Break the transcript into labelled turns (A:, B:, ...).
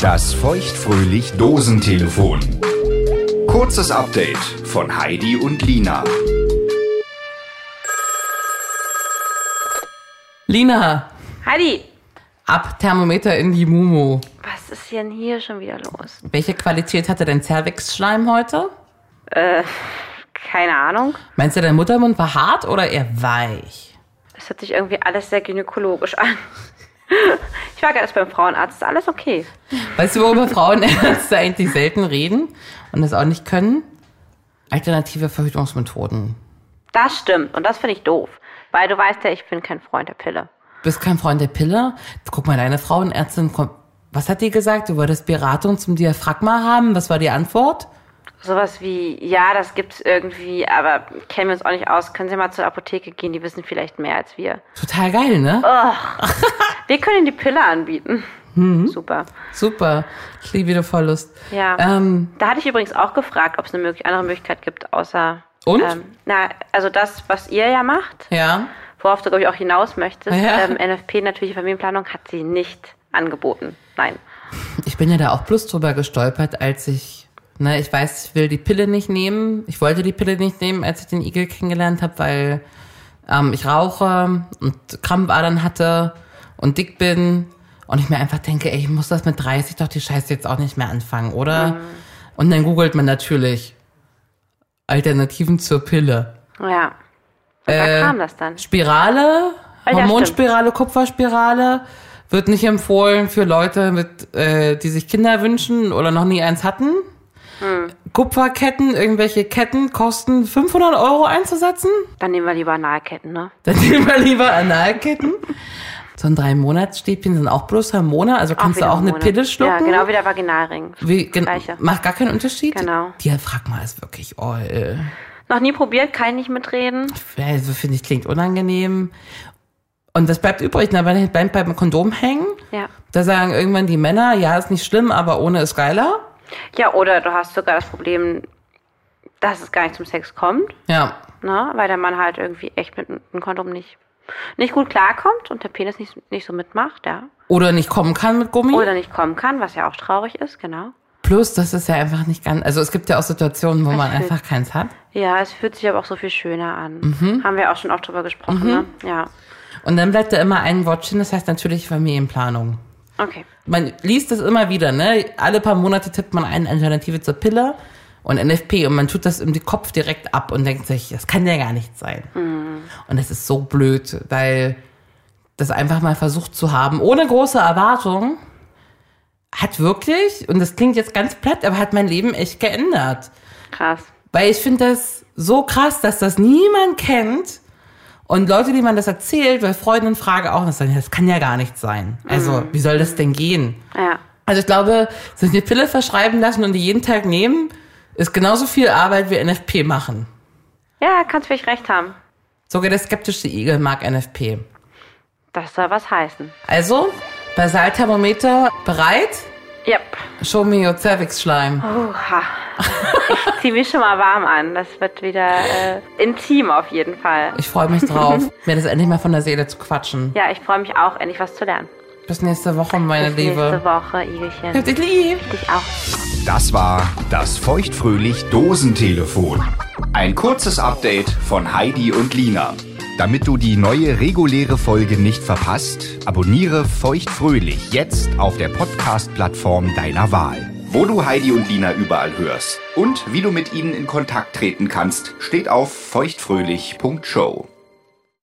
A: Das feuchtfröhlich Dosentelefon. Kurzes Update von Heidi und Lina.
B: Lina,
C: Heidi,
B: ab Thermometer in die Mumu.
C: was ist denn hier schon wieder los?
B: Welche Qualität hatte dein Cervix-Schleim heute?
C: Keine Ahnung.
B: Meinst du, dein Muttermund war hart oder eher weich?
C: Es hört sich irgendwie alles sehr gynäkologisch an. Ich war gerade erst beim Frauenarzt. Ist alles okay?
B: Weißt du, worüber Frauenärzte eigentlich selten reden und das auch nicht können? Alternative Verhütungsmethoden.
C: Das stimmt. Und das finde ich doof. Weil du weißt ja, ich bin kein Freund der Pille.
B: Du bist kein Freund der Pille? Guck mal, deine Frauenärztin kommt. Was hat die gesagt? Du wolltest Beratung zum Diaphragma haben? Was war die Antwort?
C: Sowas wie, ja, das gibt's irgendwie, aber kennen wir uns auch nicht aus. Können Sie mal zur Apotheke gehen? Die wissen vielleicht mehr als wir.
B: Total geil, ne?
C: Wir können Ihnen die Pille anbieten.
B: Mhm.
C: Super.
B: Super. Ich liebe wieder Verlust.
C: Ja.
B: Ähm,
C: Da hatte ich übrigens auch gefragt, ob es eine möglich andere Möglichkeit gibt, außer.
B: Und?
C: Ähm, na, also das, was ihr ja macht.
B: ja.
C: worauf du, glaube ich, auch hinaus möchtest.
B: Ja.
C: Ähm, NFP, natürliche Familienplanung, hat sie nicht angeboten. Nein.
B: Ich bin ja da auch bloß drüber gestolpert, als ich, ne, ich weiß, ich will die Pille nicht nehmen. Ich wollte die Pille nicht nehmen, als ich den Igel kennengelernt habe, weil ähm, ich rauche und Krampfadern hatte und dick bin und ich mir einfach denke, ey, ich muss das mit 30 doch die Scheiße jetzt auch nicht mehr anfangen, oder? Und dann googelt man natürlich Alternativen zur Pille.
C: Ja. Und
B: Äh,
C: da kam das dann.
B: Spirale,
C: Ah, ja,
B: Hormonspirale, Kupferspirale wird nicht empfohlen für Leute, mit, äh, die sich Kinder wünschen oder noch nie eins hatten.
C: Hm.
B: Kupferketten, irgendwelche Ketten kosten 500 Euro einzusetzen.
C: Dann nehmen wir lieber Nahketten, ne?
B: Dann nehmen wir lieber Analketten. So ein Drei-Monats-Stäbchen sind auch bloß Hormone, also kannst
C: wieder
B: du auch eine
C: Hormone.
B: Pille schlucken.
C: Ja, genau wie der Vaginalring.
B: Wie, gen
C: Gleiche.
B: macht gar keinen Unterschied.
C: Genau.
B: Diaphragma ist wirklich all.
C: Noch nie probiert, kann ich nicht mitreden.
B: Also finde ich klingt unangenehm. Und das bleibt übrig, ne? weil bleibt beim Kondom hängen.
C: Ja.
B: Da sagen irgendwann die Männer, ja, ist nicht schlimm, aber ohne ist geiler.
C: Ja, oder du hast sogar das Problem, dass es gar nicht zum Sex kommt,
B: Ja.
C: ne? Weil der Mann halt irgendwie echt mit einem Kondom nicht, nicht gut klarkommt und der Penis nicht, nicht so mitmacht, ja.
B: Oder nicht kommen kann mit Gummi.
C: Oder nicht kommen kann, was ja auch traurig ist, genau.
B: Plus, das ist ja einfach nicht ganz. Also es gibt ja auch Situationen, wo man einfach keins hat.
C: Ja, es fühlt sich aber auch so viel schöner an. Haben wir auch schon oft drüber gesprochen, ne? Ja.
B: Und dann bleibt da immer ein Wort stehen, das heißt natürlich Familienplanung.
C: Okay.
B: Man liest das immer wieder, ne? Alle paar Monate tippt man eine Alternative zur Pille und NFP und man tut das im Kopf direkt ab und denkt sich, das kann ja gar nicht sein. Und das ist so blöd, weil das einfach mal versucht zu haben, ohne große Erwartung, hat wirklich, und das klingt jetzt ganz platt, aber hat mein Leben echt geändert.
C: Krass.
B: Weil ich finde das so krass, dass das niemand kennt. Und Leute, die man das erzählt, weil Freundinnen fragen auch, und sagen, das kann ja gar nicht sein. Also, wie soll das denn gehen?
C: Ja.
B: Also ich glaube, sich eine Pille verschreiben lassen und die jeden Tag nehmen, ist genauso viel Arbeit wie NFP machen.
C: Ja, kannst vielleicht recht haben.
B: Sogar der skeptische Igel mag NFP.
C: Das soll was heißen.
B: Also, Basalthermometer bereit?
C: Yep.
B: Show me your Cervix-Schleim.
C: Uha. Ich zieh mich schon mal warm an. Das wird wieder äh, intim auf jeden Fall.
B: Ich freue mich drauf, mir das endlich mal von der Seele zu quatschen.
C: Ja, ich freue mich auch, endlich was zu lernen.
B: Bis nächste Woche, meine
C: Bis
B: Äh, Liebe.
C: nächste Woche, Igelchen.
B: Ich hab dich lieb.
C: Dich auch.
A: Das war das feuchtfröhlich Dosentelefon. Ein kurzes Update von Heidi und Lina. Damit du die neue reguläre Folge nicht verpasst, abonniere feuchtfröhlich jetzt auf der Podcast-Plattform deiner Wahl. Wo du Heidi und Lina überall hörst und wie du mit ihnen in Kontakt treten kannst, steht auf feuchtfröhlich.show.